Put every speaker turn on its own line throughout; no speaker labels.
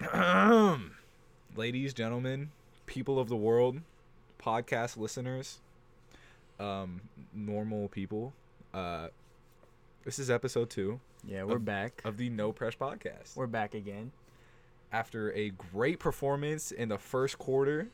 Ladies, gentlemen, people of the world, podcast listeners, um, normal people. Uh, this is episode two
Yeah, we're back.
of the No Press Podcast.
We're back again.
After a great performance in the first quarter,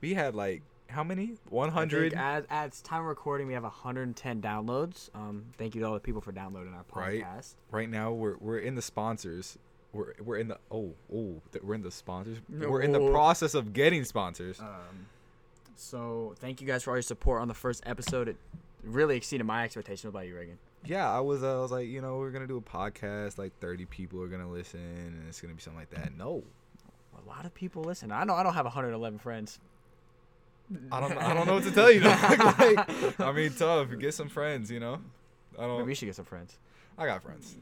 we had like how many? One
I think
hundred,
As at time of recording, we have 110 downloads. Um, thank you to all the people for downloading our
right?
podcast.
Right now, we're we're in the sponsors. We're, we're in the oh oh th- we're in the sponsors.
No.
We're in the process of getting sponsors.
Um, so thank you guys for all your support on the first episode. It really exceeded my expectations. What about you, Reagan?
yeah, I was uh, I was like, you know, we're gonna do a podcast, like thirty people are gonna listen, and it's gonna be something like that. No,
A lot of people listen. I know I don't have 111 friends.
I don't I don't know what to tell you. like, I mean, tough. Get some friends, you know. I
Maybe we
don't.
should get some friends.
I got friends.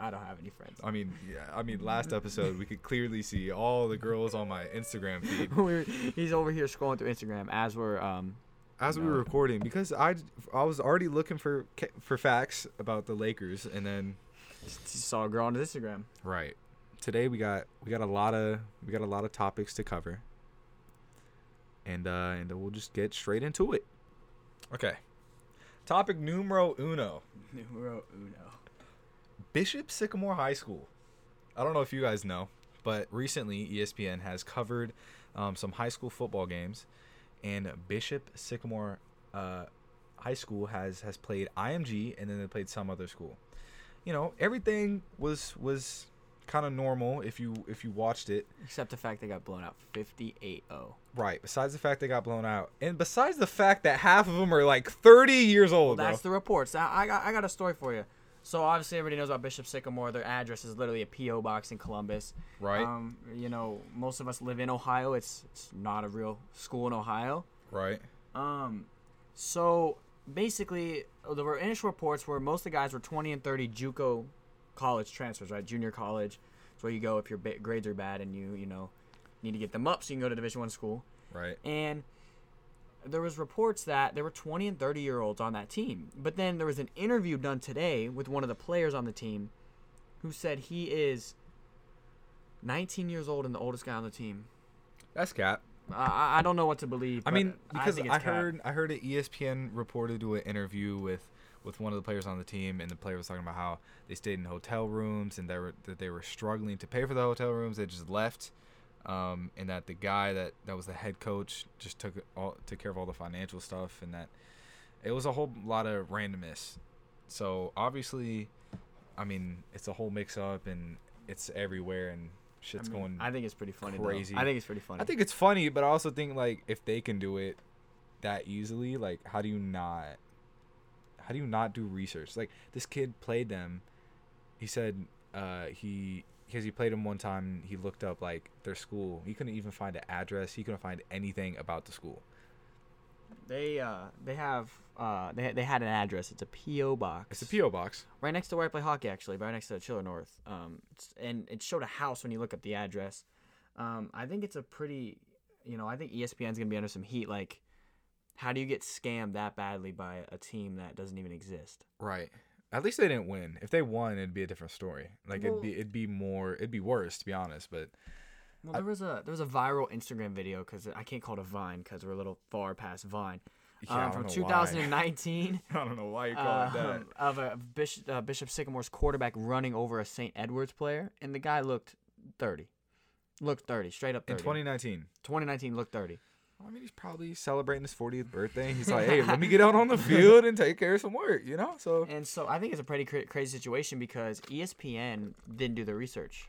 I don't have any friends.
I mean, yeah. I mean, last episode we could clearly see all the girls on my Instagram feed
We're- he's over here scrolling through Instagram as we're um,
as we were
No.
recording because I I was already looking for ca- for facts about the Lakers, and then
s- saw a girl on his Instagram.
right today we got we got a lot of we got a lot of topics to cover, and uh and then we'll just get straight into it. Okay, topic numero uno.
Numero uno.
Bishop Sycamore High School. I don't know if you guys know, but recently E ESPN has covered um, some high school football games, and Bishop Sycamore uh, High School has has played IMG, and then they played some other school. You know, everything was was kind of normal if you if you watched it.
Except the fact they got blown out oh. 58 0.
Right. Besides the fact they got blown out, and besides the fact that half of them are like 30 years old, bro.
That's the reports. I, I, got, I got a story for you. So obviously everybody knows about Bishop Sycamore. Their address is literally a PO box in Columbus.
Right.
Um, you know, most of us live in Ohio. It's, it's not a real school in Ohio.
right.
Um, so basically, there were initial reports where most of the guys were 20 and 30 JUCO college transfers, right? Junior college. It's where you go if your ba- grades are bad and you you know need to get them up so you can go to Division One school
Right.
and there was reports that there were 20 and 30 year olds on that team but then there was an interview done today with one of the players on the team who said he is 19 years old and the oldest guy on the team
That's cap.
i, I- I don't know what to believe
I
but
mean, because I,
think it's cap.
heard I heard E an ESPN reporter do an interview with with one of the players on the team, and the player was talking about how they stayed in hotel rooms and they were that they were struggling to pay for the hotel rooms. They just left, um, and that the guy that that was the head coach just took it all took care of all the financial stuff, and that it was a whole lot of randomness. So obviously, I mean, it's a whole mix up and it's everywhere and shit's going.
I think it's pretty funny though.
crazy.
i think it's pretty funny
I think it's funny, but I also think like if they can do it that easily, like how do you not how do you not do research? Like this kid played them. He said uh he because he played them one time, he looked up like their school. He couldn't even find an address. He couldn't find anything about the school.
they uh they have uh they, they had an address it's a po box
It's a PO box.
right next to where I play hockey, actually, right next to Chiller North. Um, it's- and it showed a house when you look up the address. Um, I think it's a pretty, you know, I think E ESPN's gonna be under some heat. Like, how do you get scammed that badly by a team that doesn't even exist?
Right. At least they didn't win. If they won, it'd be a different story. Like
Well-
it'd be it'd be more it'd be worse to be honest. But
Well, there was a there was a viral Instagram video because I can't call it a Vine because we're a little far past Vine.
Yeah, I
um,
don't
from
know why.
2019.
I don't know why you
um, of a Bishop, uh, Bishop Sycamore's quarterback running over a St. Edwards player, and the guy looked 30, looked 30, straight up
In
30.
2019.
2019 looked 30.
I mean, he's probably celebrating his 40th birthday. He's like, hey, let me get out on the field and take care of some work, you know? So,
And so I think it's a pretty cra- crazy situation because E ESPN didn't do the research.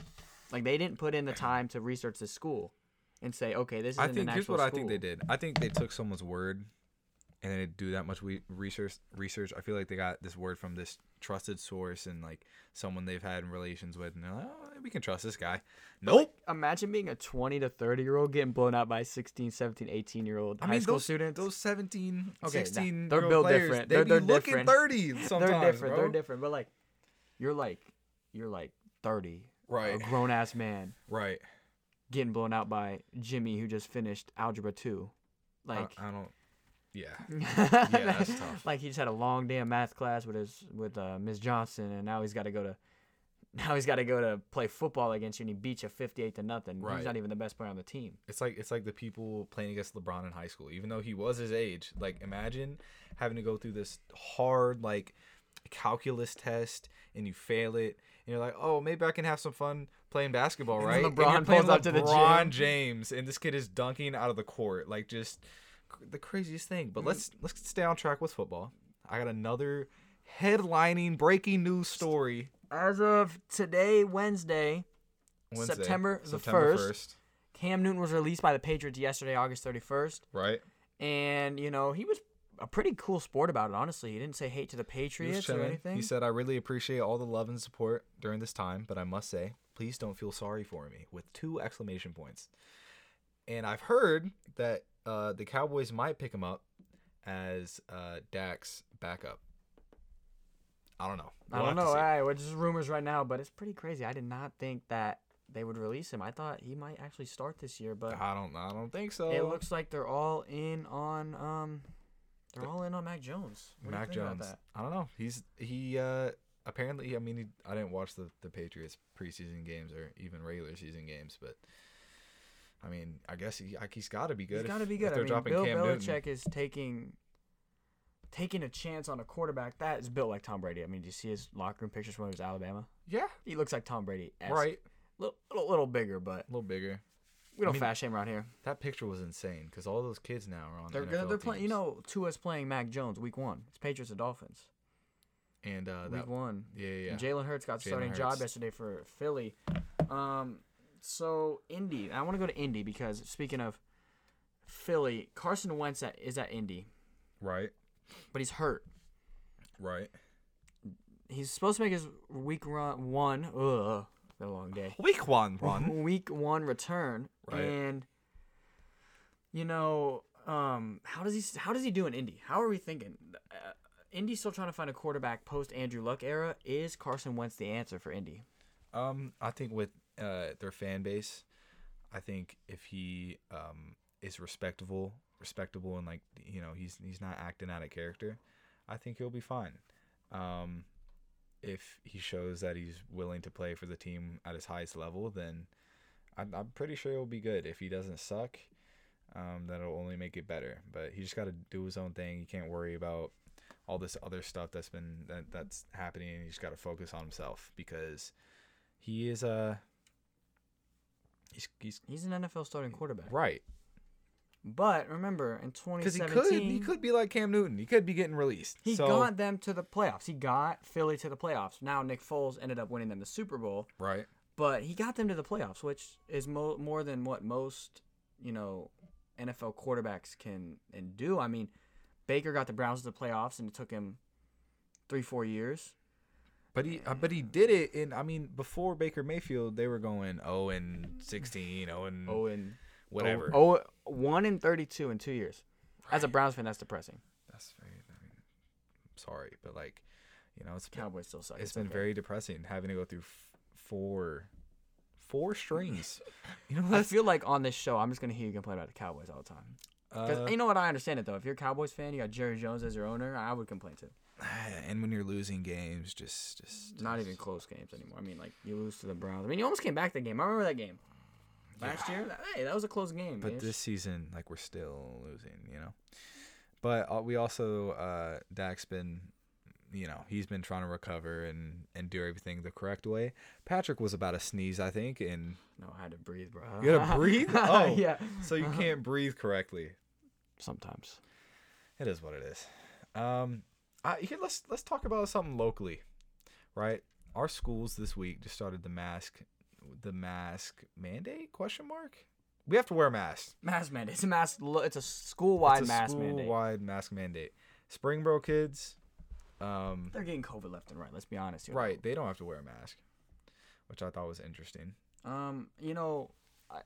Like they didn't put in the time to research the school and say, okay, this is
I
an
think here's
actual
what
school.
I think they did. I think they took someone's word and they didn't do that much we- research. Research. I feel like they got this word from this trusted source and like someone they've had relations with, and they're like, oh, we can trust this guy. Nope.
Imagine being a 20 to 30 year old getting blown out by 16, 17, 18 year old
I
high
mean,
school
those
students.
those 17,
Okay, nah,
16
they're
year old
built
players,
different.
They
They're-
be
they're
looking
different.
30 sometimes.
they're different.
bro.
They're different. But like, you're like, you're like 30, a
Right.
grown ass man
Right.
getting blown out by Jimmy who just finished algebra two.
I-
Like,
I don't. Yeah. that's
that's
tough.
Like he just had a long day of math class with his with uh, Miss Johnson, and now he's got to go to Now he's got to go to play football against you, and he beats you fifty-eight to nothing.
Right.
He's not even the best player on the team.
It's like it's like the people playing against LeBron in high school, even though he was his age. Like imagine having to go through this hard like calculus test and you fail it and you're like, oh, maybe I can have some fun playing basketball,
And
right?
then
And you're
LeBron
playing
pulls up to the
LeBron
gym.
James, and this kid is dunking out of the court, like just cr- the craziest thing.
Mm.
But let's let's stay on track with football. I got another headlining breaking news story.
As of today, Wednesday,
Wednesday,
September the 1st. Cam Newton was released by the Patriots yesterday, August thirty-first,
right?
and you know he was a pretty cool sport about it. Honestly, he didn't say hate to the
He was
Patriots or
chilling.
anything.
He said, I really appreciate all the love and support during this time, but I must say, please don't feel sorry for me with two exclamation points. And I've heard that uh, the Cowboys might pick him up as uh, Dak's backup. I don't know.
I
We'll
don't
have to
know.
see.
I, we're just rumors right now, but it's pretty crazy. I did not think that they would release him. I thought he might actually start this year, but
I don't. I don't think so.
it looks like they're all in on um, they're all in on Mac Jones. What do you
Mac
think about
Jones.
that?
I don't know. He's he uh apparently I mean he, I didn't watch the the Patriots preseason games or even regular season games, but I mean, I guess he I, he's got to be good.
He's
if-
got to be
if
good. I
they're
mean,
dropping
Bill
Cam
Belichick
Newton.
is taking taking a chance on a quarterback that is built like Tom Brady. I mean, do you see his locker room pictures from when he was Alabama?
Yeah,
He looks like Tom Brady.
right.
Little, little, little bigger, but
A little bigger.
we don't
mean,
fast shame around here.
That picture was insane because all those kids now are on.
They're
NFL
gonna, they're playing. You
teams.
know, Tua's playing Mac Jones week one. It's Patriots and Dolphins.
and uh, that,
Week one.
yeah, yeah, yeah.
And Jalen Hurts got the
Jalen
starting job
Hurts.
yesterday for Philly. Um, so Indy, I want to go to Indy because speaking of Philly, Carson Wentz at, is at Indy,
right,
but he's hurt.
right.
He's supposed to make his week run one. Ugh, been a long day.
Week one, one.
Week one return,
Right.
and you know, um, how does he how does he do in Indy? How are we thinking? Uh, Indy's still trying to find a quarterback post Andrew Luck era. Is Carson Wentz the answer for Indy?
Um, I think with uh, their fan base, I think if he um, is respectable, respectable, and like you know he's he's not acting out of character, I think he'll be fine. Um, if he shows that he's willing to play for the team at his highest level, then I'm, I'm pretty sure he'll be good. If he doesn't suck, um, that'll only make it better. But he just got to do his own thing. He can't worry about all this other stuff that's been that, that's happening. and He just got to focus on himself because he is uh he's he's
He's an NFL starting quarterback.
right
But remember, in
because he could
2017,
he could be like Cam Newton. He could be getting released.
he
so,
got them to the playoffs. He got Philly to the playoffs. Now Nick Foles ended up winning them the Super Bowl,
right.
but he got them to the playoffs, which is mo- more than what most, you know, NFL quarterbacks can and do. I mean, Baker got the Browns to the playoffs, and it took him three, four years.
But he uh, but he did it and I mean before Baker Mayfield they were going 0 and 16, 0 and
Oh, and
whatever.
Oh, oh, one in 32 in two years. As a Browns fan, that's depressing.
That's very I mean, I'm sorry, but like you know, it's
Cowboys still suck.
it's been very depressing having to go through f- four four strings. you know
I
that's
feel like on this show, I'm just gonna hear you complain about the Cowboys all the time. Because
uh,
you know what? I understand it though. If you're a Cowboys fan, you got Jerry Jones as your owner. I would complain too.
and when you're losing games just just
Not even close games anymore. I mean, like you lose to the Browns. I mean, you almost came back that game. I remember that game last year. That- Hey, that was a close game.
But
ish.
this season, like we're still losing, you know. But uh, we also uh, Dak's been, you know, he's been trying to recover and and do everything the correct way. Patrick was about to sneeze, I think, and
no, I had to breathe, bro.
you gotta breathe. Oh,
yeah.
So you can't breathe correctly.
Sometimes.
It is what it is. Um, I, here, let's let's talk about something locally, right? Our schools this week just started the mask, the mask mandate? Question mark. We have to wear masks.
Mask mandate. It's a mask. lo- It's a school-wide
it's a
mask mandate.
school-wide mask mandate. Springboro kids, um,
They're getting COVID left and right. Let's be honest here.
right? They don't have to wear a mask, which I thought was interesting.
Um, you know, I,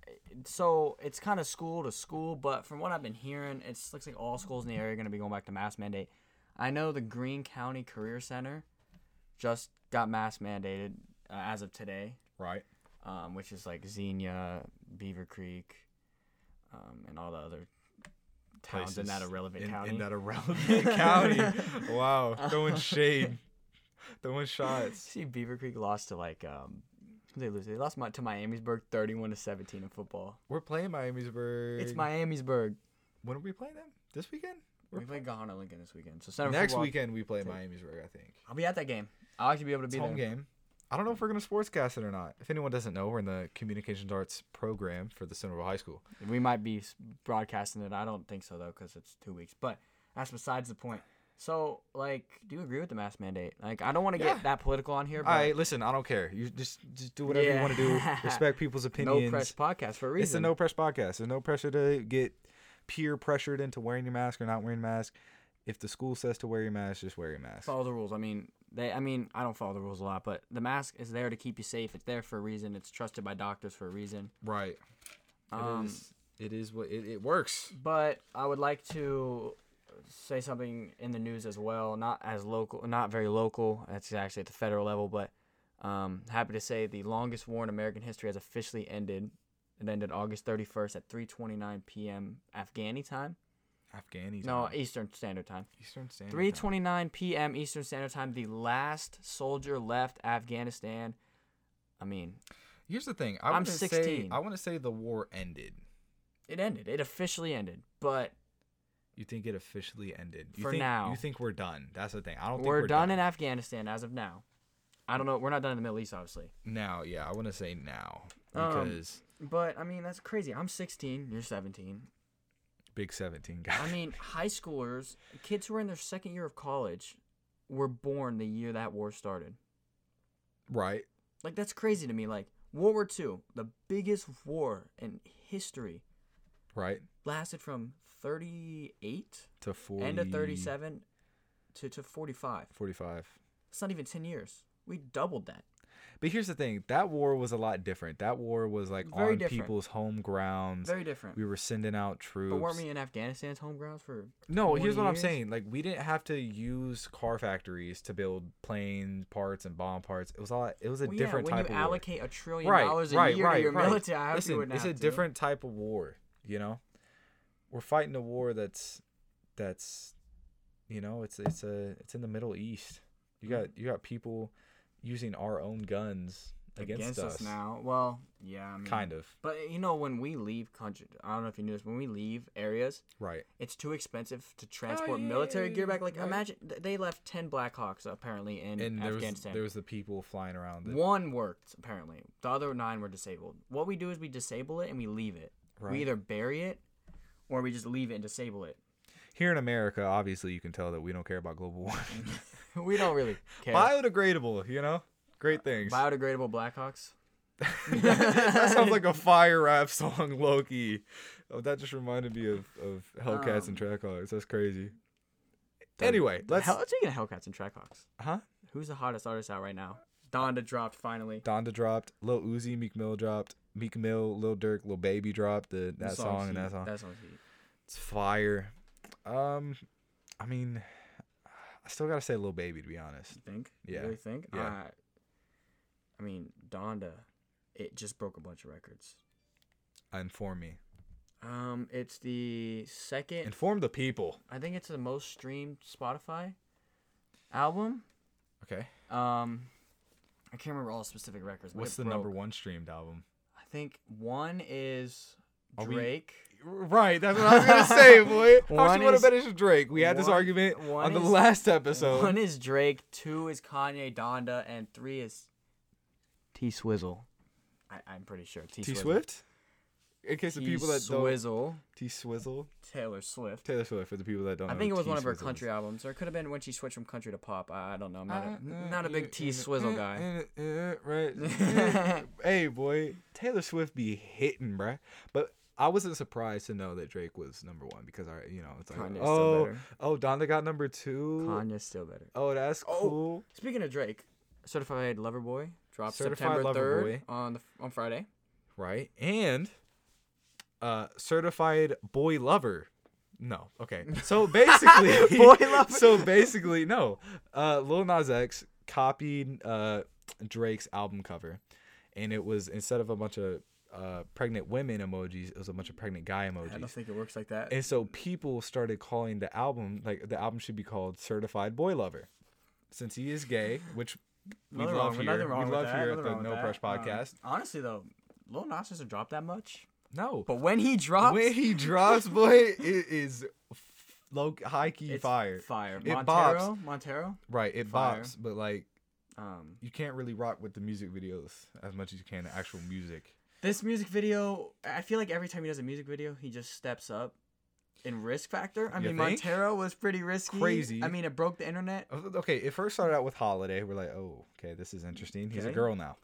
so it's kind of school to school, but from what I've been hearing, it looks like all schools in the area are going to be going back to mask mandate. I know the Greene County Career Center just got mask mandated uh, as of today,
Right.
um, which is like Xenia, Beaver Creek, um, and all the other towns in that irrelevant
in,
county.
In that irrelevant county. Wow, throwing shade. the one shots.
See, Beaver Creek lost to like um, who'd they lose. They lost my, to Miamisburg, thirty-one to seventeen in football.
We're playing Miamisburg.
It's Miamisburg.
When are we playing them? This weekend? We're
We play Gahana Lincoln this weekend. So Center for
Next
Football-
weekend we play
Take-
Miamisburg, I think.
I'll be at that game. I'll actually be able to
It's
be
a home
there.
game. I don't know if we're gonna sportscast it or not. If anyone doesn't know, we're in the communications arts program for the Centerville High School.
We might be s- broadcasting it. I don't think so though, because it's two weeks. But that's besides the point. So, like, do you agree with the mask mandate? Like, I don't want to
Yeah.
get that political on here, but
All right, listen, I don't care. You just just do whatever you want to do.
Yeah.
Respect people's
no
opinions.
press podcast for a reason.
It's a no pressure podcast. There's no pressure to get peer pressured into wearing your mask or not wearing a mask. If the school says to wear your mask, just wear your mask.
follow the rules. I mean, they. I mean, I don't follow the rules a lot, but the mask is there to keep you safe. It's there for a reason. It's trusted by doctors for a reason.
Right. It
Um,
is- It is what it, it works.
But I would like to say something in the news as well. Not as local, not very local. That's actually at the federal level, but um, happy to say the longest war in American history has officially ended. It ended August 31st at 3:29 p.m. Afghani time.
Afghani.
No,
time.
Eastern Standard Time.
Eastern Standard. Time.
3:29 p.m. Eastern Standard Time. The last soldier left Afghanistan. I mean,
Here's the thing. I
I'm
wanna say-
16.
I want to say the war ended.
it ended. It officially ended. But
You think it officially ended? You
For
think,
now.
You think we're done? That's the thing. I don't think
we're, done,
done
in Afghanistan as of now. I don't know. We're not done in the Middle East, obviously.
now. Yeah, I want to say now
Um,
because
But I mean, that's crazy. I'm 16. You're 17.
Big Seventeen guy.
I mean, high schoolers, kids who are in their second year of college, were born the year that war started.
right.
Like that's crazy to me. Like World War II, the biggest war in history,
Right.
lasted from 38
To forty.
end of 37 to, to 45.
Forty-five.
It's not even 10 years. We doubled that.
But here's the thing. That war was a lot different. That war was like
Very
on
different.
people's home grounds.
Very different.
we were sending out troops.
but weren't we in Afghanistan's home grounds for?
No,
20
here's what I'm
years?
saying. Like we didn't have to use car factories to build plane parts and bomb parts. It was all it was a
Well, yeah,
different
when
type
you
of war.
allocate a trillion
Right,
dollars a
right,
year to
right,
your
right.
military, I hope you
Listen,
wouldn't
it's
have
a
to.
different type of war, you know? We're fighting a war that's that's you know, it's it's a it's in the Middle East. You
Hmm.
got you got people using our own guns against, us.
now. Well, yeah, I mean,
Kind of.
But you know, when we leave country, I don't know if you knew this. When we leave areas,
Right.
it's too expensive to transport
yeah,
military
Oh, yeah,
gear back. Like,
right.
imagine th- they left ten Blackhawks apparently in
And there was
Afghanistan.
there was the people flying around that
One worked apparently. The other nine were disabled. What we do is we disable it and we leave it.
Right.
We either bury it or we just leave it and disable it.
here in America, obviously you can tell that we don't care about global warming.
we don't really care.
Biodegradable, you know? Great things.
Biodegradable Blackhawks.
that sounds like a fire rap song, Loki. Oh, that just reminded me of, of Hellcats and Trackhawks. That's crazy. Anyway, let's
Um, Hell, speaking of Hellcats and Trackhawks,
huh?
who's the hottest artist out right now? Donda dropped finally.
Donda dropped, Lil Uzi, Meek Mill dropped, Meek Mill, Lil Durk, Lil Baby dropped the, that
This
song
song's
and
heat.
that song.
That song's heat.
It's fire. Um, I mean, I still gotta say Lil Baby to be honest.
You think?
Yeah.
You really think?
Yeah.
Uh, I mean, Donda, it just broke a bunch of records.
Inform me.
Um, it's the second.
Inform the people.
I think it's the most streamed Spotify album.
Okay.
Um, I can't remember all the specific records. but
What's
it
the number
broke.
one streamed album?
I think one is
Are we-
Drake.
Right, that's what I was gonna say, boy. How
One
she would have
is-
bet it's Drake. We had this
one-
argument
one
on the
is-
last episode.
One is Drake, two is Kanye Donda, and three is T Swizzle. I, I'm pretty sure T
T
Swizzle.
Swift. In case the
T
people that don't
Swizzle.
T Swizzle,
Taylor Swift.
Taylor Swift for the people that don't.
I
know
think it
who
was one of her
T-Swizzle
country
is.
albums, or it could have been when she switched from country to pop. I, I don't know. I'm not,
Uh,
a,
uh,
not a
uh,
big T
uh,
Swizzle
uh,
guy.
uh, uh, right. Eh, hey, boy, Taylor Swift be hitting, bruh. But I wasn't surprised to know that Drake was number one because I, you know, it's like,
Kanye's still
oh,
better.
oh, Donda got number two.
Kanye's still better.
Oh, that's cool.
Speaking of Drake, Certified Lover Boy dropped
Certified
September
Lover
third
Boy.
on the on Friday.
right? And uh certified boy lover. No, okay. So basically
Boy lover.
So basically, no. Uh Lil Nas X copied uh Drake's album cover and it was instead of a bunch of uh pregnant women emojis, it was a bunch of pregnant guy
I don't
emojis.
think it works like that.
And so people started calling the album like the album should be called Certified Boy Lover. since he is gay, which we
Nothing
love
wrong-
here,
nothing
we
wrong with
love
that,
here at
nothing
the
wrong with
No
that.
Press
Um,
podcast.
honestly though, Lil Nas doesn't drop that much,
no,
but when he drops,
when he drops, boy, it is f- low high key
it's
fire.
Fire.
It
Montero.
bops.
Montero.
right, it
fire.
bops, but like
Um,
you can't really rock with the music videos as much as you can the actual music.
this music video, I feel like every time he does a music video, he just steps up. In risk factor, I
You think?
mean Montero was pretty risky.
Crazy.
I mean, it broke the internet.
Uh, Okay, it first started out with Holiday. We're like, oh, okay, this is interesting. He's a
Okay.
girl now.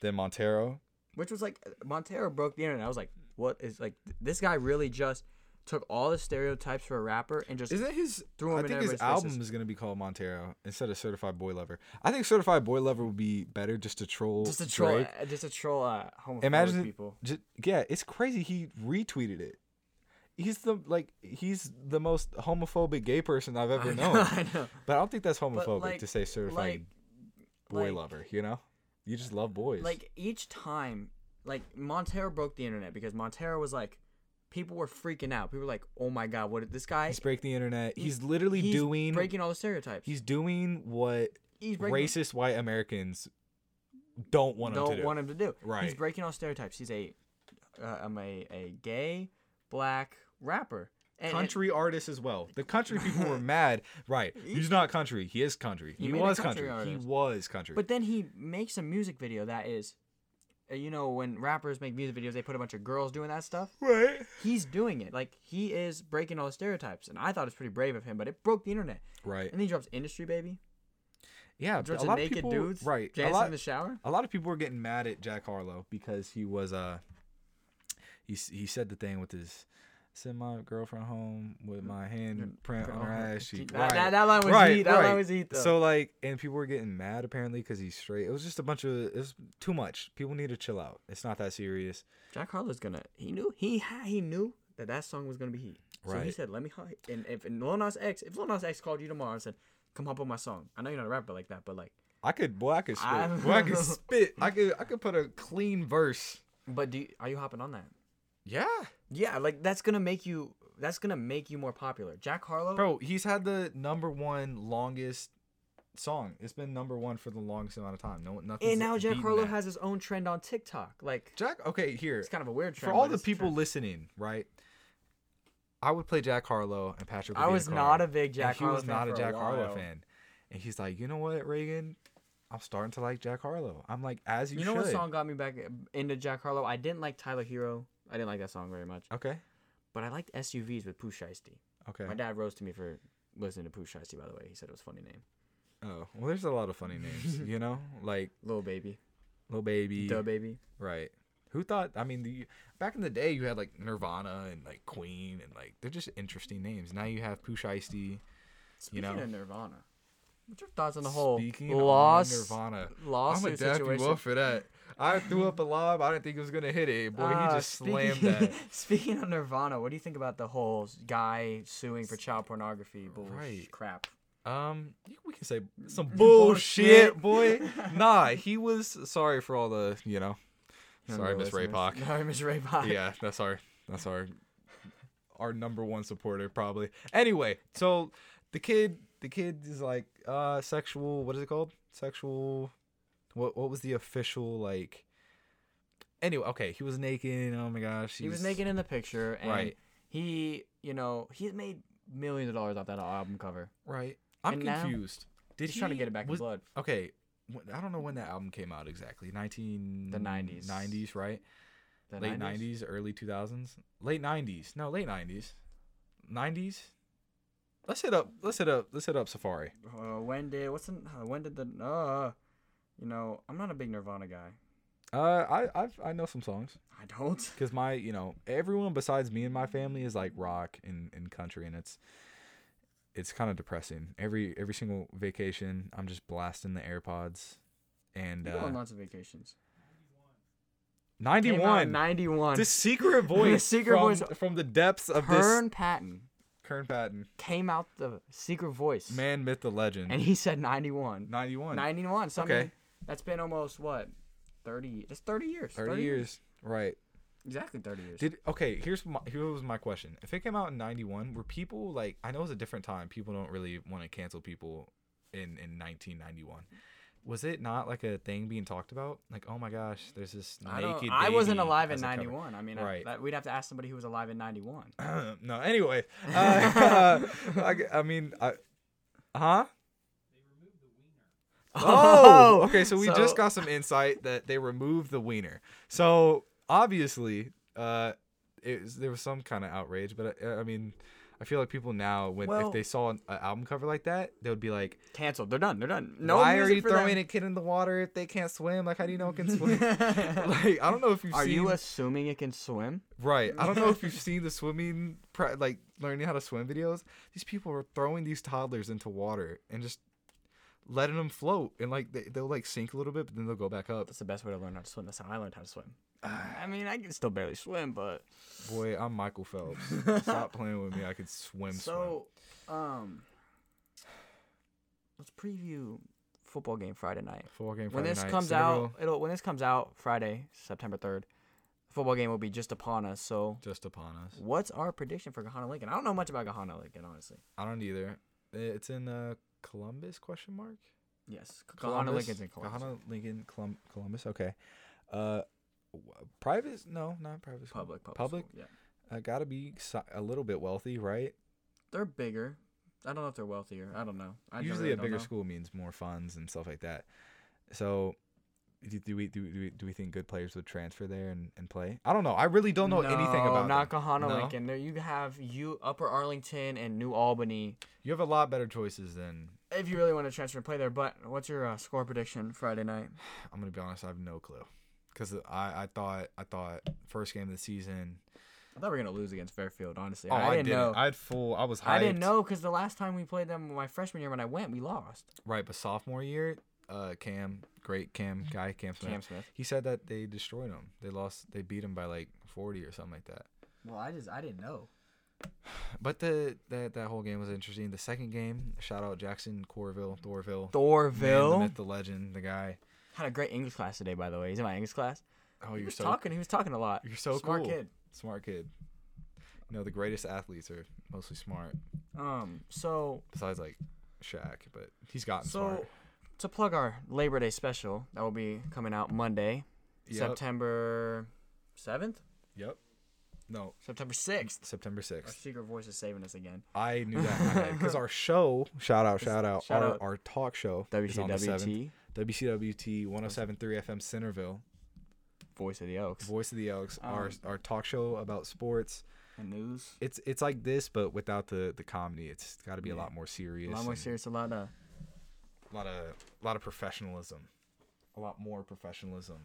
Then Montero.
which was like Montero broke the internet. I was like, what is like th- this guy really just took all the stereotypes for a rapper and just
Isn't his?
Threw him
I
in
think his
everybody's faces.
album is gonna be called Montero instead of Certified Boy Lover. I think Certified Boy Lover would be better just to troll.
just a troll,
Drake.
uh, just a troll uh, homophobic
Imagine-
people.
Ju- yeah, it's crazy. He retweeted it. He's the like he's the most homophobic gay person I've ever
I know,
known.
I know.
But I don't think that's homophobic
like-
to say certified boy
like-
lover. You know, you just love boys.
Like each time, like Montero broke the internet because Montero was like, people were freaking out. People were like, oh my god, what is this guy?
he's breaking the internet. He's literally
he's
doing.
breaking all the stereotypes.
he's doing what
he's
racist white Americans don't want him to
don't
do.
want him to do. He's
Right.
breaking all stereotypes. He's a, uh, I'm a a gay black rapper. And, and-
country artists as well. The country people were mad. Right. He's not country. He is country. He,
He made a
was country.
country
He
artist.
was country.
But then he makes a music video that is, uh, you know, when rappers make music videos, they put a bunch of girls doing that stuff.
right.
He's doing it. Like, he is breaking all the stereotypes. And I thought it was pretty brave of him, but it broke the internet.
Right.
And then he drops Industry Baby.
Yeah.
Drops
a
a
lot
naked
of people.
dudes.
right. A
Dancing
lot,
in the shower.
a lot of people were getting mad at Jack Harlow because he was uh he s- he said the thing with his send my girlfriend home with my handprint on her ass cheek.
Mm, oh, That- that- that line was heat. That line was heat, though.
So like, and people were getting mad apparently because he's straight. It was just a bunch of it was too much. People need to chill out. It's not that serious.
Jack Harlow's gonna. He knew. He ha, he knew that that song was gonna be heat. So he
Right.
said, "Let me hide." And if and Lil Nas X, if Lil Nas X called you tomorrow and said, "Come hop on my song," I know you're not a rapper like that, but like,
I could boy, I could spit.
I'm-
boy, I could spit. I could I could put a clean verse.
but do you, are you hopping on that?
Yeah,
Yeah, like that's gonna make you. That's gonna make you more popular. Jack Harlow.
bro. He's had the number one longest song. It's been number one for the longest amount of time. No, nothing.
And now Jack Harlow
that.
has his own trend on TikTok. Like
Jack. Okay, here
it's kind of a weird
for
trend.
all
but
the
it's a
people
trend.
listening, right? I would play Jack Harlow and Patrick.
I
Levine
was
Carter,
not a big
and
Jack
he
Harlow
was
fan
not a
for a
Jack Harlow
while.
fan, and he's like, you know what, Reagan, I'm starting to like Jack Harlow. I'm like, as you,
you know
should.
what song got me back into Jack Harlow? I didn't like Tyler Hero. I didn't like that song very much.
Okay.
But I liked SUVs with Pooh Shiesty.
Okay.
My dad rose to me for listening to Pooh Shiesty. By the way, he said it was a funny name.
Oh well, there's a lot of funny names, you know, like
Little baby,
Lil Baby.
duh baby.
Right. Who thought? I mean, the back in the day, you had like Nirvana and like Queen and like they're just interesting names. Now you have Pooh Shiesty.
Speaking
know.
of Nirvana, what's your thoughts on the whole
Speaking
loss?
of Nirvana,
lawsuit
I'm a daffy
situation.
Wolf for that. I threw up a lob. I didn't think it was gonna hit it. Boy,
Ah,
he just slammed
speaking-
that.
speaking of Nirvana, what do you think about the whole s- guy suing for child pornography bullshit
Right.
crap?
Um, you- we can say some
Bullshit.
bullshit, boy. Nah, he was sorry for all the, you know. Sorry, Miss
Nonetheless,
Raypock.
Sorry, Miss Raypock.
Yeah, that's our that's our our number one supporter probably. Anyway, so the kid the kid is like uh sexual what is it called? Sexual what what was the official like Anyway, okay, he was naked. Oh my gosh.
He was
he's-
naked in the picture, and
Right.
he, you know, he made millions of dollars off that album cover.
Right. I'm
And now-
confused. Did
He's trying to
he-
get it back
was-
in blood.
Okay, when- I don't know when that album came out exactly. 19
The 90s.
90s, right?
The
late 90s? early 2000s. Late 90s. No, late 90s. 90s. Let's hit up. Let's hit up. Let's hit up Safari.
Uh, when did what's the, uh, when did the uh, you know, I'm not a big Nirvana guy.
Uh, I I've, I know some songs
I don't.
because my you know everyone besides me and my family is like rock and, and country and it's it's kind of depressing. Every every single vacation, I'm just blasting the AirPods. And
You go on
uh,
lots of vacations.
ninety
Came out
one.
in 91.
The secret voice.
secret
from,
voice-
from the depths of
Kern
this.
Patton
Kern Patton,
came out the secret voice,
man, myth, the legend.
and he said 91.
Ninety-one.
91. So I mean,
Okay.
that's been almost what 30. That's 30 years.
Thirty years. Right.
Exactly 30 years.
Did okay. Here's my here was my question. If it came out in ninety-one, were people like? I know it's a different time. People don't really want to cancel people in in 1991. Was it not like a thing being talked about? Like, oh my gosh, there's this
I,
naked.
don't, I wasn't
baby
alive in
as a cover.
'91. I mean, I-
Right.
that, we'd have to ask somebody who was alive in '91.
no, anyway, uh, I, g- I mean, I, huh? Oh, okay. So we just got some insight that they removed the wiener. So obviously, uh, it was, there was some kind of outrage, but uh, I, I mean, I feel like people now, when
Well-
if they saw an, a album cover like that, they would be like,
canceled. They're done. They're done. No
"Why are
music
you
for them.
throwing a kid in the water if they can't swim? Like, how do you know it can swim? like, I don't know if you've
Are
seen
you assuming it can swim?
Right. I don't know if you've seen the swimming, pra- like learning how to swim videos. These people are throwing these toddlers into water and just letting them float, and like they, they'll like sink a little bit, but then they'll go back up.
That's the best way to learn how to swim. That's how I learned how to swim.
Ah.
I mean, I can still barely swim, but
Boy, I'm Michael Phelps. Stop playing with me. I could swim.
so, um, let's preview football game Friday night.
swim. Football game
when
Friday
this
night,
comes
Super
out,
Bowl
it'll when this comes out Friday, September third, football game will be just upon us. So,
just upon us.
what's our prediction for Gahana Lincoln? I don't know much about Gahana Lincoln, honestly.
I don't either. It's in uh, Columbus? Question mark.
Yes, Gahana
Columbus?
Lincoln's in Columbus.
Kahana Lincoln, Colum- Columbus. Okay. Uh, w- private? No, not private. school.
Public, public,
Public?
school, Yeah,
I gotta be si- a little bit wealthy, right?
they're bigger. I don't know if they're wealthier. I don't know. I
usually
really
a
don't
bigger
know.
school means more funds and stuff like that. So do, do we do, we- do we do we think good players would transfer there and, and play? I don't know. I really don't know anything
No,
about
not
them.
Kahana
No?
Lincoln. There you have you Upper Arlington and New Albany.
You have a lot better choices than
If you really want to transfer and play there, but what's your uh, score prediction Friday night?
I'm gonna be honest. I have no clue because I, I thought I thought first game of the season.
I thought we were gonna lose against Fairfield. Honestly,
Oh,
I,
I,
didn't
didn't.
know.
I had full. I was. Hyped.
I didn't know because the last time we played them my freshman year when I went, we lost.
Right, but sophomore year, uh, Cam, great Cam guy, Cam Smith.
Cam Smith.
He said that they destroyed him. They lost. They beat him by like 40 or something like that.
Well, I just I didn't know.
But the that that whole game was interesting. The second game, shout out Jackson Corville, Thorville, Man, the
Thorville
myth, the legend, the guy.
had a great English class today, by the way. He's in my English class.
Oh,
He
you're
was
so
talking. He was talking a lot.
you're so
smart
cool.
kid.
smart kid. You know the greatest athletes are mostly smart,
Um, so
besides like Shaq, but he's gotten
So,
smart.
to plug our Labor Day special that will be coming out Monday,
Yep.
September 7th?
Yep. No,
September 6th.
September
Our
sixth.
secret voice is saving us again.
I knew that because our show, shout out, shout out,
Shout
our,
out.
our talk show is on the 7th. WCWT
WCWT,
107.3 FM Centerville,
Voice of the Oaks.
Voice of the Elks, our
Um,
our talk show about sports.
And news.
it's it's like this but without the the comedy it's got to be a lot more serious
A lot more
and
serious, a lot uh, of.
a lot of a lot of professionalism a lot more professionalism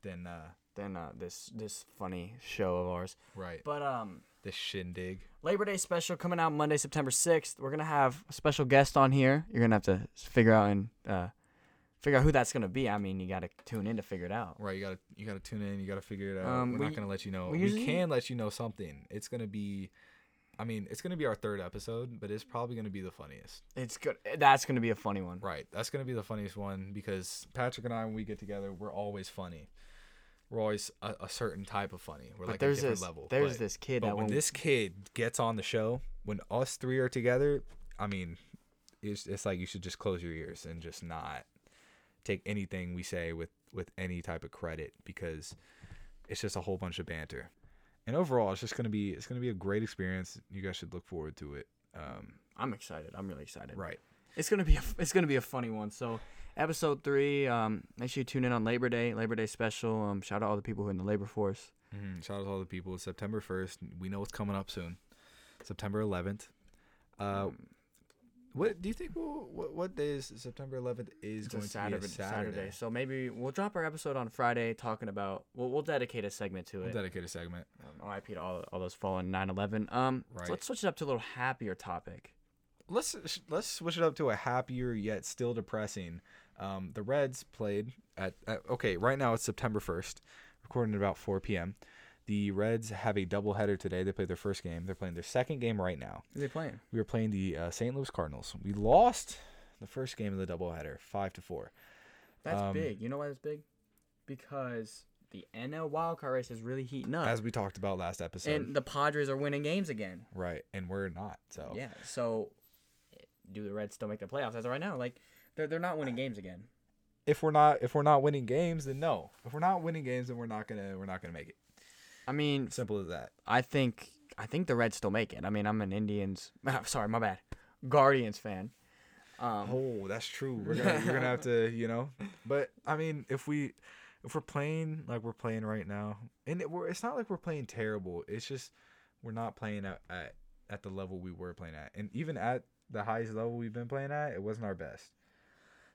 than uh
Than uh, this this funny show of ours,
right
but um,
this shindig
Labor Day special coming out Monday, September 6th. We're going to have a special guest on here. You're going to have to s- figure out and uh, figure out who that's going to be. I mean, you got to tune in to figure it out.
right you gotta you gotta tune in you gotta figure it out
Um,
we're
we-
not gonna let you know we,
we usually-
can let you know something it's gonna be i mean it's gonna be our third episode but it's probably gonna be the funniest
It's good. eh, That's going to be a funny one.
right that's gonna be the funniest one because patrick and i when we get together we're always funny we're always a, a certain type of funny we're
But
like
there's
a different
this
level
there's
but-
this kid that
But when
when
this kid gets on the show, when us three are together, I mean, it's it's like you should just close your ears and just not take anything we say with with any type of credit because it's just a whole bunch of banter. And overall, it's just gonna be it's gonna be a great experience. You guys should look forward to it. Um,
I'm excited. I'm really excited.
right.
It's gonna be a, it's gonna be a funny one. So episode three. Um, make sure you tune in on Labor Day. Labor Day special. Um, shout out all the people who are in the labor force.
hmm Shout out to all the people. It's September first. We know it's coming up soon. September eleventh. Uh,
Mm.
what do you think? Will, what what day is September eleventh is
It's
going
a
to
Saturday,
be a
Saturday. So maybe we'll drop our episode on Friday talking about. We'll, we'll dedicate a segment to
We'll
it.
dedicate a segment.
Um, RIP to all, all those fallen 9/11. Um, so
Right.
let's switch it up to a little happier topic.
Let's let's switch it up to a happier yet still depressing. Um, the Reds played at, at okay. Right now it's September first, recording at about four p.m. The Reds have a doubleheader today. They played their first game. They're playing their second game right now.
Who they playing?
We were playing the uh, St. Louis Cardinals. We lost the first game of the doubleheader, five to four.
That's
Um,
big. You know why that's big? Because the NL wildcard race is really heating up,
as we talked about last episode.
and the Padres are winning games again.
right, and we're not. So
Yeah. So do the Reds still make the playoffs as of right now? Like they're they're not winning games again.
If we're not if we're not winning games, then no. If we're not winning games, then we're not gonna we're not gonna make it.
I mean,
Simple as that.
I think I think the Reds still make it. I mean, I'm an Indians. Sorry, my bad. Guardians fan. Um,
Oh, that's true. We're gonna you're gonna have to you know. But I mean, if we if we're playing like we're playing right now, and it, we're, it's not like we're playing terrible. It's just we're not playing at, at at the level we were playing at, and even at the highest level we've been playing at, it wasn't our best.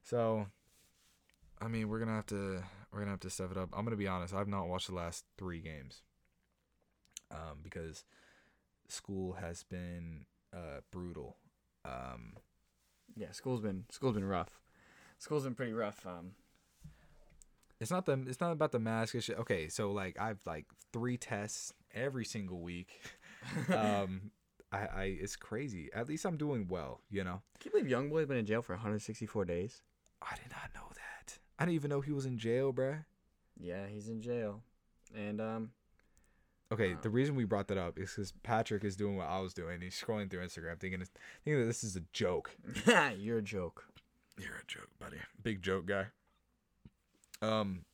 So, I mean, we're gonna have to we're gonna have to step it up. I'm gonna be honest. I've not watched the last three games, um, because school has been uh brutal. Um,
yeah, school's been school's been rough. School's been pretty rough. Um,
it's not the it's not about the mask it's ju- okay so like i've like three tests every single week um I, I it's crazy at least i'm doing well you know
Can you believe YoungBoy's been in jail for 164 days?
i did not know that i didn't even know he was in jail bruh
Yeah, he's in jail, and um,
okay
Wow.
the reason we brought that up is because patrick is doing what i was doing he's scrolling through instagram thinking, it's- thinking that this is a joke
you're a joke.
You're a joke, buddy. Big joke guy. Um,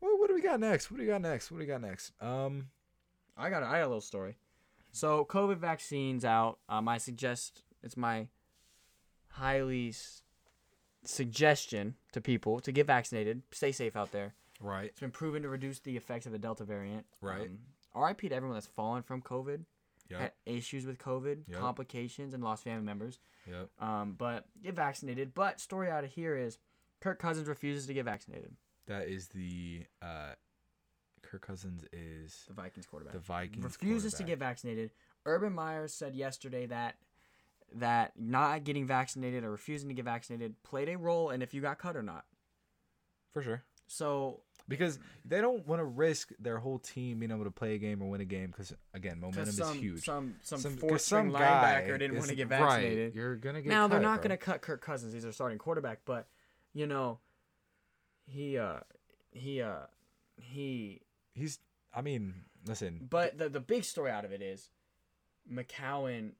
well, what do we got next? What do we got next? What do we got next? Um,
I got a, I got a little story. So COVID vaccines out. Um, I suggest it's my highly s- suggestion to people to get vaccinated. Stay safe out there.
right.
It's been proven to reduce the effects of the Delta variant.
Right.
Um, RIP to everyone that's fallen from COVID,
Yep.
had issues with COVID,
Yep.
complications, and lost family members.
Yep.
Um, but get vaccinated. But story out of here is Kirk Cousins refuses to get vaccinated.
That is the uh, Kirk Cousins is
The Vikings quarterback.
the Vikings.
refuses to get
quarterback.
vaccinated. Urban Meyer said yesterday that that not getting vaccinated or refusing to get vaccinated played a role in if you got cut or not.
for sure
So
because they don't want to risk their whole team being able to play a game or win a game because again, momentum
'cause
is
some,
huge.
some some
'cause
fourth string
guy
linebacker didn't want to
is-
get
right,
vaccinated.
you're gonna get
Now they're
cut,
not
bro.
going to cut Kirk Cousins. He's their starting quarterback, but you know, he uh he uh he.
He's. I mean, listen.
But the the big story out of it is McCowan,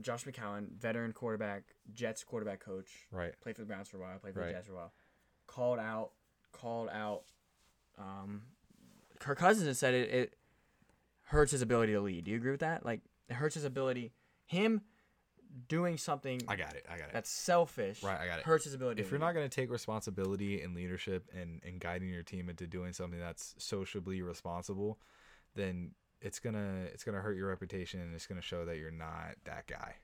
Josh McCowan, veteran quarterback, Jets quarterback coach,
Right.
played for the Browns for a while, played for
Right.
the Jazz for a while. Called out, called out. Um, Kirk Cousins has said it, it hurts his ability to lead. Do you agree with that? Like it hurts his ability. Him doing something
I got it. I got it.
that's selfish.
Right, I got it.
Hurts his ability.
if
to
you're
lead.
not going to take responsibility and leadership and, and guiding your team into doing something that's sociably responsible then it's gonna it's gonna hurt your reputation and it's gonna show that you're not that guy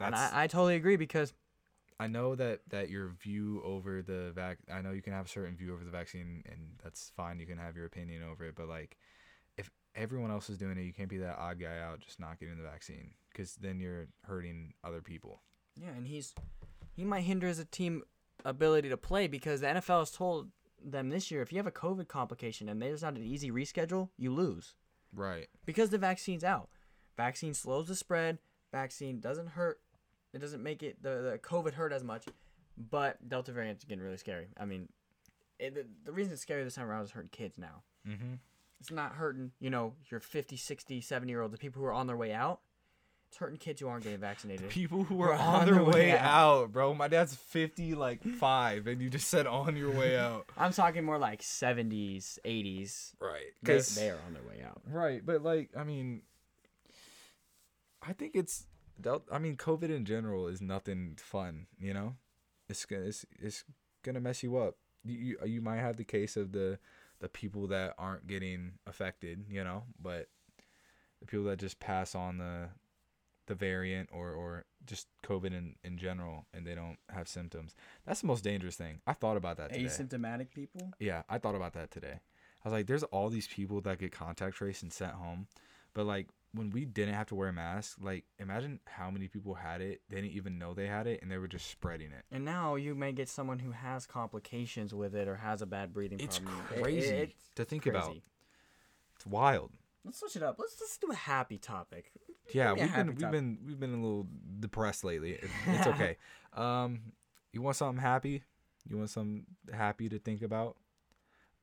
and
that's-
I, I totally agree because
i know that that your view over the vac i know you can have a certain view over the vaccine and that's fine you can have your opinion over it but like if everyone else is doing it you can't be that odd guy out just not getting the vaccine because then you're hurting other people
yeah, and he's he might hinder his team ability to play because the NFL has told them this year if you have a COVID complication and there's not an easy reschedule, you lose.
right
because the vaccine's out. Vaccine slows the spread. Vaccine doesn't hurt. It doesn't make it the, the COVID hurt as much. But Delta variant's getting really scary. I mean, it, the, the reason it's scary this time around is hurting kids now.
mm-hmm
It's not hurting, you know, your 50, 60, 70 year old, the people who are on their way out. It's hurting kids who aren't getting vaccinated.
people who are on their way out, bro. My dad's 50, like five, and you just said on your way out.
I'm talking more like 70s, 80s.
Right.
They, they are on their way out.
Right, but like, I mean, I think it's. del- I mean, COVID in general is nothing fun. You know, it's gonna it's, it's gonna mess you up. You, you you might have the case of the the people that aren't getting affected. You know, but the people that just pass on the the variant or or just COVID in in general and they don't have symptoms. That's the most dangerous thing. I thought about that today.
Asymptomatic people?
Yeah, I thought about that today. I was like, there's all these people that get contact traced and sent home. But like when we didn't have to wear a mask, like imagine how many people had it. They didn't even know they had it and they were just spreading it.
And now you may get someone who has complications with it or has a bad breathing
It's
problem. It-
crazy
it- it's
to think about.
crazy.
It's wild.
Let's switch it up. Let's let's do a happy topic.
Yeah,
Give
we've
me a
been
happy
we've
topic.
been we've been a little depressed lately. It- It's okay. um you want something happy? You want something happy to think about?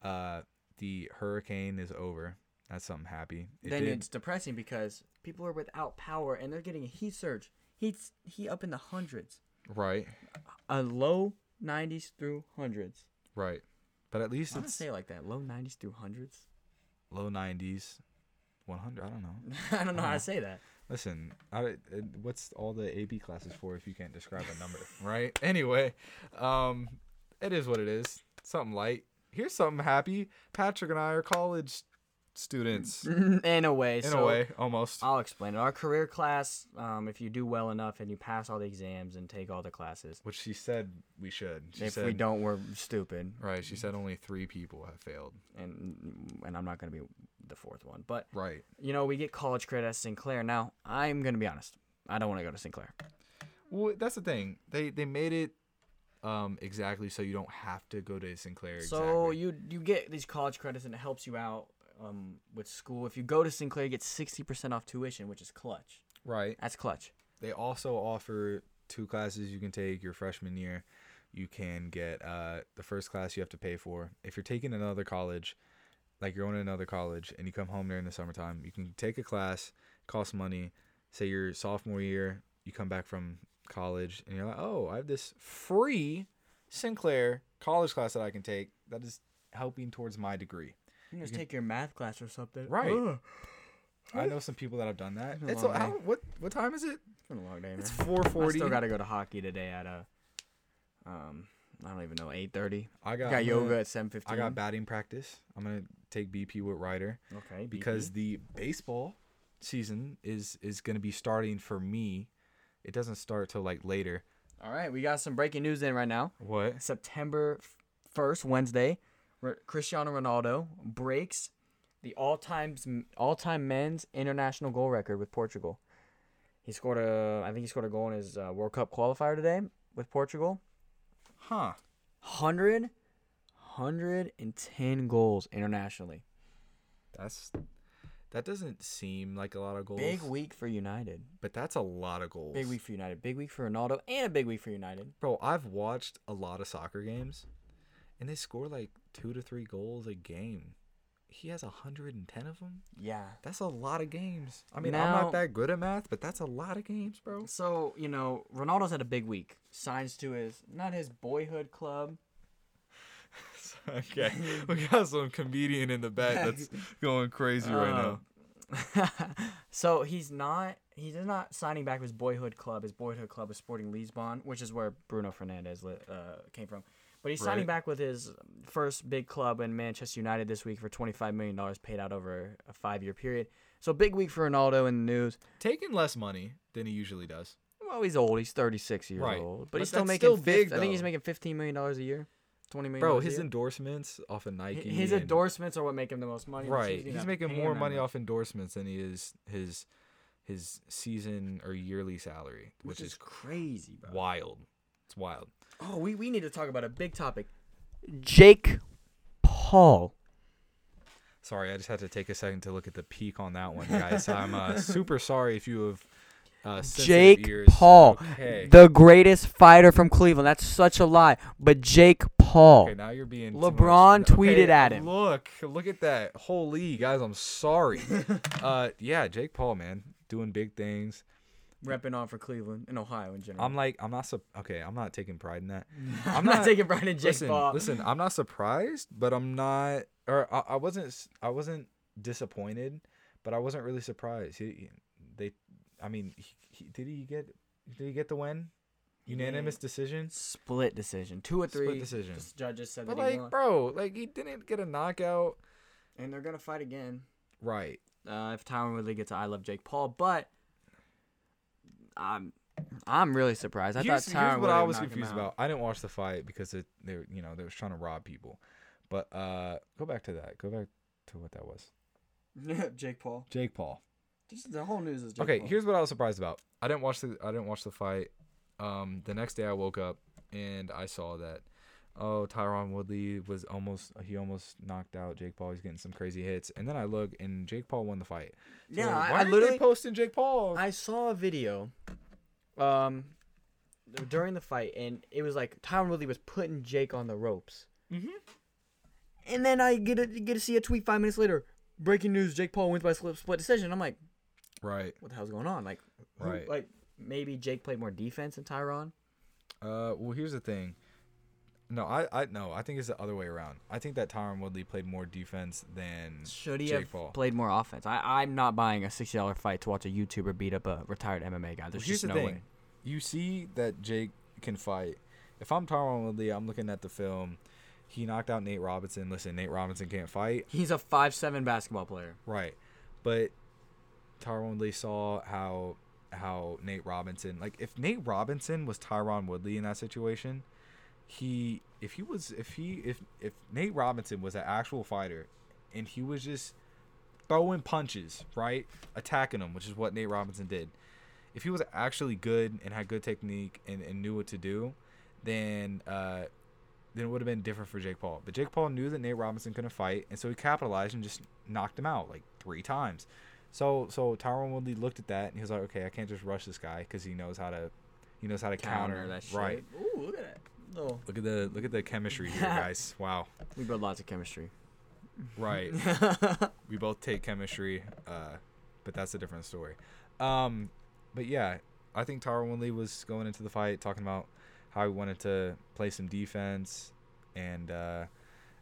Uh the hurricane is over. That's something happy. It
then
did-
it's depressing because people are without power and they're getting a heat surge. He's he up in the hundreds,
Right.
a low nineties through hundreds.
Right. But at least
I don't
it's
say it like that. Low nineties through hundreds.
low 90s, 100. I don't know.
I don't know
Uh-huh.
how to say that.
Listen, I, uh, what's all the AP classes for if you can't describe a number, right? Anyway, um, it is what it is. Something light. Here's something happy. Patrick and I are college students, in
In a way. Mm-hmm. so
a way, almost.
I'll explain it. Our career class, um, if you do well enough and you pass all the exams and take all the classes,
Which she said we should. She
if
said,
we don't, we're stupid.
Right. She said only three people have failed.
And and I'm not gonna be the fourth one. But
Right.
you know, we get college credit at Sinclair. Now, I'm gonna be honest. I don't want to go to Sinclair.
Well, that's the thing. They they made it um exactly so you don't have to go to Sinclair.
So
exactly.
you you get these college credits and it helps you out um, with school. If you go to Sinclair, you get 60% off tuition, which is clutch.
right.
That's clutch.
They also offer two classes you can take your freshman year. You can get uh, the first class you have to pay for. If you're taking another college, like you're going to another college and you come home during the summertime, you can take a class, costs money. Say your sophomore year, you come back from college and you're like, oh, I have this free Sinclair college class that I can take that is helping towards my degree.
You can just take your math class or something.
Right.
Ugh.
I know some people that have done that.
been a
It's
long
how,
day.
what what time is it?
It's been a long day.
It's
man.
four
I
forty.
still gotta go to hockey today at a, um, I don't even know, eight thirty.
I got,
Got
I'm
yoga
gonna-
at seven fifteen.
I got batting practice. I'm gonna take BP with Ryder
Okay.
because
BP.
the baseball season is is gonna be starting for me. It doesn't start till like later.
all right, we got some breaking news in right now.
What?
September first, Wednesday, R- Cristiano Ronaldo breaks the all times all time men's international goal record with Portugal. He scored a, I think he scored a goal in his uh, World Cup qualifier today with Portugal.
Huh?
100, 110 goals internationally.
That's that doesn't seem like a lot of goals.
Big week for United.
but that's a lot of goals.
Big week for United. Big week for Ronaldo, and a big week for United.
bro. I've watched a lot of soccer games, and they score like two to three goals a game. He has 110 of them.
Yeah.
That's a lot of games. I mean, I'm
Now-
not that good at math, but that's a lot of games, bro.
So you know, Ronaldo's had a big week. Signs to his not his boyhood club.
okay, we got some comedian in the back that's going crazy right now.
so he's not he's not signing back with his boyhood club. His boyhood club is Sporting Lisbon, which is where Bruno Fernandez li- uh, came from. But he's signing
Right.
back with his first big club in Manchester United this week for twenty five million dollars paid out over a five year period. So big week for Ronaldo in the news.
Taking less money than he usually does.
Well, he's old. He's thirty six years
Right.
old, but,
But
he's still
that's
making.
still
fif-
big,
I think he's
though.
making fifteen million dollars a year, twenty million.
Bro,
dollars a
his
year.
endorsements off of Nike.
his
and-
endorsements are what make him the most money.
Right, he's making more money off endorsements than he is his his season or yearly salary, which, is
crazy, bro.
wild. It's wild.
Oh, we, we need to talk about a big topic. Jake Paul.
Sorry, I just had to take a second to look at the peak on that one, guys. I'm uh, super sorry if you have uh, sensitive
Jake
ears.
Paul.
Okay.
The greatest fighter from Cleveland. That's such a lie. But Jake Paul.
Okay, now you're being too
LeBron
much-
tweeted
Okay, uh,
at him.
Look, look at that. Holy guys, I'm sorry. uh, yeah, Jake Paul, man, doing big things.
Repping on for Cleveland and Ohio in general.
I'm like, I'm not. Su- okay, I'm not taking pride in that.
I'm not, taking Brian and Jake
listen,
Paul.
listen. I'm not surprised, but I'm not, or I, I wasn't. s- I wasn't disappointed, but I wasn't really surprised. He, he- they, I mean, he, he, did he get? Did he get the win? Unanimous decision.
Split decision. Two or
Split
three
decision.
just judges said
But
that he
like,
won.
bro, like he didn't get a knockout.
And they're going to fight again.
Right.
uh, if Tyron Woodley gets I love Jake Paul, but I'm I'm really surprised. I
here's,
thought
here's what
Tyron Woodley
I
would
was
knock him
confused
out.
about. I didn't watch the fight because it, they were, you know, they was trying to rob people. But uh, go back to that. Go back to what that was.
Jake Paul.
Jake Paul.
Just the whole news is Jake
okay,
Paul.
here's what I was surprised about. I didn't watch the I didn't watch the fight. Um, the next day I woke up and I saw that oh Tyron Woodley was almost he almost knocked out Jake Paul. He's getting some crazy hits, and then I look and Jake Paul won the fight. So
Yeah, I-
why
I
are
literally-
they posting Jake Paul.
I saw a video, um, during the fight, and it was like Tyron Woodley was putting Jake on the ropes. Mm-hmm. And then I get a, get to see a tweet five minutes later. Breaking news: Jake Paul wins by split, split decision. I'm like,
right,
what the hell's going on? Like, who-
Right.
like maybe Jake played more defense than Tyron.
Uh, well, here's the thing. No, I, I no, I think it's the other way around. I think that Tyron Woodley played more defense than
Should he
Jake
have
Paul.
played more offense? I, I'm not buying a sixty dollar fight to watch a YouTuber beat up a retired MMA guy. There's
Here's
just
the
no
thing.
way.
You see that Jake can fight. If I'm Tyron Woodley, I'm looking at the film. He knocked out Nate Robinson. Listen, Nate Robinson can't fight.
He's a five seven basketball player.
Right. But Tyron Woodley saw how how Nate Robinson like if Nate Robinson was Tyron Woodley in that situation, he if he was if he if if Nate Robinson was an actual fighter and he was just throwing punches, right? Attacking him, which is what Nate Robinson did. If he was actually good and had good technique and, and knew what to do, then uh then it would have been different for Jake Paul. But Jake Paul knew that Nate Robinson couldn't fight, and so he capitalized and just knocked him out like three times. So so Tyron Woodley looked at that and he was like, okay, I can't just rush this guy because he knows how to he knows how to counter,
Counter that shit.
right.
Ooh, look at that. Oh,
Look at the look at the chemistry here, guys. Wow.
we build lots of chemistry.
Right. we both take chemistry, uh, but that's a different story. Um, but yeah, I think Tyron Woodley was going into the fight talking about how he wanted to play some defense, and uh,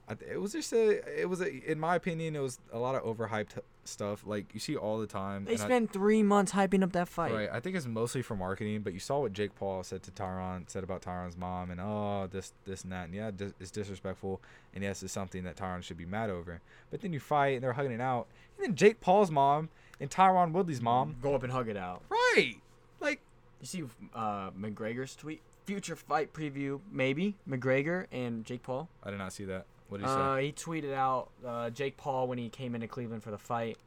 I th- it was just a it was a, in my opinion it was a lot of overhyped stuff. Like you see all the time.
They
and I-
spent three months hyping up that fight.
Right. I think it's mostly for marketing, but you saw what Jake Paul said to Tyron, said about Tyron's mom, and oh, this, this, and that, and yeah, dis- it's disrespectful, and yes, it's something that Tyron should be mad over. But then you fight, and they're hugging it out, and then Jake Paul's mom and Tyron Woodley's mom,
Go up and hug it out.
right? Like,
You see uh, McGregor's tweet? Future fight preview, maybe. McGregor and Jake Paul.
I did not see that. What did he
Uh,
say?
he tweeted out uh, Jake Paul when he came into Cleveland for the fight.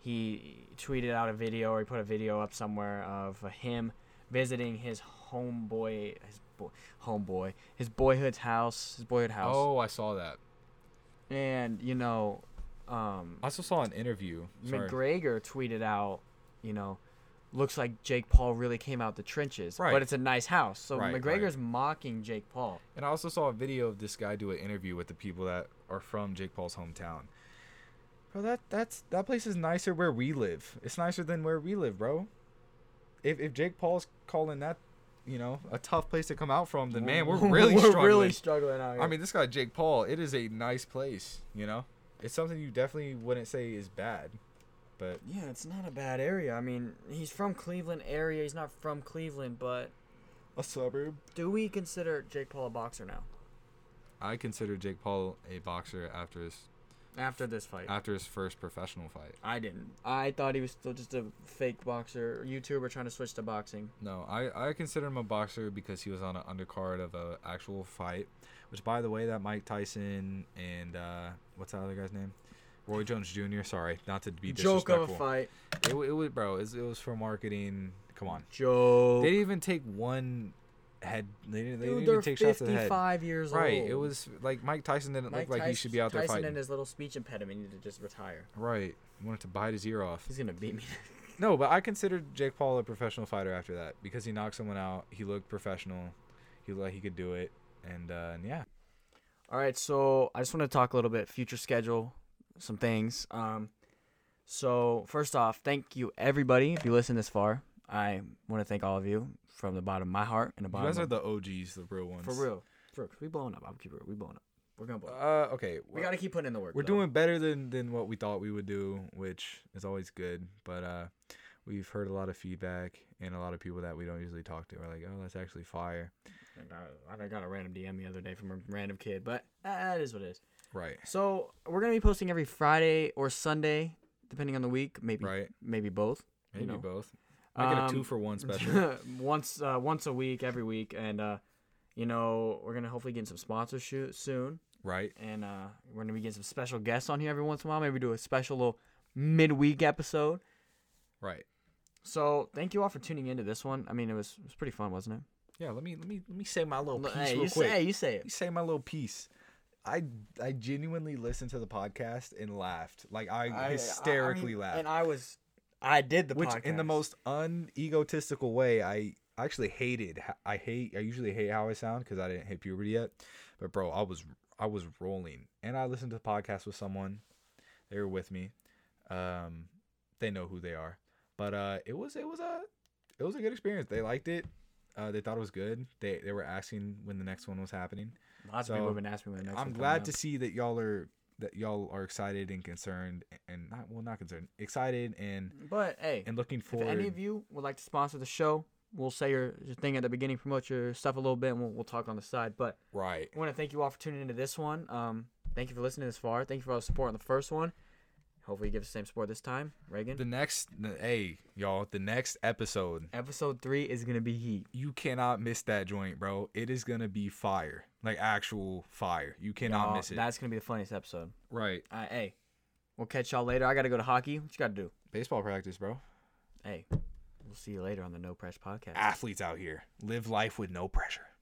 He tweeted out a video or he put a video up somewhere of him visiting his homeboy, his boy, homeboy, his boyhood's house, his boyhood house.
Oh, I saw that.
And you know, um,
I also saw an interview. Oh, Sorry.
McGregor tweeted out, you know, looks like Jake Paul really came out the trenches,
Right.
but it's a nice house. So
Right,
McGregor's mocking Jake Paul.
And I also saw a video of this guy do an interview with the people that are from Jake Paul's hometown. Bro, that that's that place is nicer where we live. It's nicer than where we live, bro. If if Jake Paul's calling that, you know, a tough place to come out from, then man, we're really
we're
struggling.
really struggling out here.
I mean, this guy Jake Paul, it is a nice place, you know. It's something you definitely wouldn't say is bad, but
yeah, it's not a bad area. I mean, he's from Cleveland area. He's not from Cleveland, but
a suburb.
do we consider Jake Paul a boxer now?
I consider Jake Paul a boxer after his
After this fight,
after his first professional fight.
I didn't. I thought he was still just a fake boxer, YouTuber trying to switch to boxing.
No, I, I consider him a boxer because he was on an undercard of a actual fight, which by the way, that Mike Tyson and uh, what's that other guy's name, Roy Jones Jr. Sorry, not to be
Joke of a
disrespectful.
fight.
It, wa- it was bro, it was, it was for marketing. Come on,
Joke.
they didn't even take one head. They didn't, they didn't
Dude,
even
they're
take shots to the head.
fifty-five years old.
Right, it was like Mike Tyson didn't
Mike
look like he
Tyson-
should be out there
Tyson
fighting.
and his little speech impediment needed to just retire.
right, he wanted to bite his ear off.
He's gonna beat me.
No, but I considered Jake Paul a professional fighter after that because he knocked someone out. He looked professional. He looked like he could do it, and, uh, and yeah,
All right, so I just want to talk a little bit future schedule, some things. Um, so first off, thank you everybody if you listened this far. I want to thank all of you from the bottom of my heart and the
you
bottom.
guys are
of-
the OGs, the real ones.
for real, for real, 'cause we blowing up. I'm keep it real. We blowing up. We're gonna blow. up.
Uh, okay,
we gotta keep putting in the work.
We're
though.
doing better than than what we thought we would do, which is always good. But uh, we've heard a lot of feedback and a lot of people that we don't usually talk to are like, "Oh, that's actually fire."
I got- I got a random DM the other day from a random kid, but that is what it is.
Right.
So we're gonna be posting every Friday or Sunday, depending on the week. Maybe
Right.
maybe both. You
Maybe
know.
both. Make it a
Um,
two for one special.
once uh, once a week, every week, and uh, you know we're gonna hopefully get some sponsorship soon,
right.
and uh, we're gonna be getting some special guests on here every once in a while. Maybe do a special little midweek episode.
Right.
So thank you all for tuning into this one. I mean, it was it was pretty fun, wasn't it?
Yeah. Let me let me let me say my little piece
Hey,
real
you
quick.
say, hey, you say
me
it.
say my little piece. I I genuinely listened to the podcast and laughed. Like I, hysterically laughed.
and I was, I did the
which in the most unegotistical way, I actually hated. h- I hate. I usually hate how I sound because I didn't hit puberty yet. But bro, I was I was rolling, and I listened to the podcast with someone. They were with me. Um, they know who they are. But uh, it was it was a it was a good experience. They liked it. Uh, they thought it was good. They they were asking when the next one was happening.
Lots
So,
of people have been asking me. When the next
I'm
one's coming
glad
up.
to see that y'all are that y'all are excited and concerned and not well not concerned excited and
But hey,
and looking
Mm. if
forward.
any of you would like to sponsor the show, we'll say your, your thing at the beginning, promote your stuff a little bit, and we'll, we'll talk on the side. But
right.
I want to thank you all for tuning into this one. Um, thank you for listening this far. Thank you for all the support on the first one. Hopefully, you give us the same support this time, Reagan.
The next the, hey y'all the next episode
Episode three is gonna be heat.
you cannot miss that joint, bro. It is gonna be fire, like actual fire. You cannot
Y'all,
miss it.
That's gonna be the funniest episode.
right.
All right, hey, we'll catch y'all later. I gotta go to hockey. What you gotta do?
Baseball practice, bro.
Hey, we'll see you later on the No Press Podcast.
Athletes out here live life with no pressure.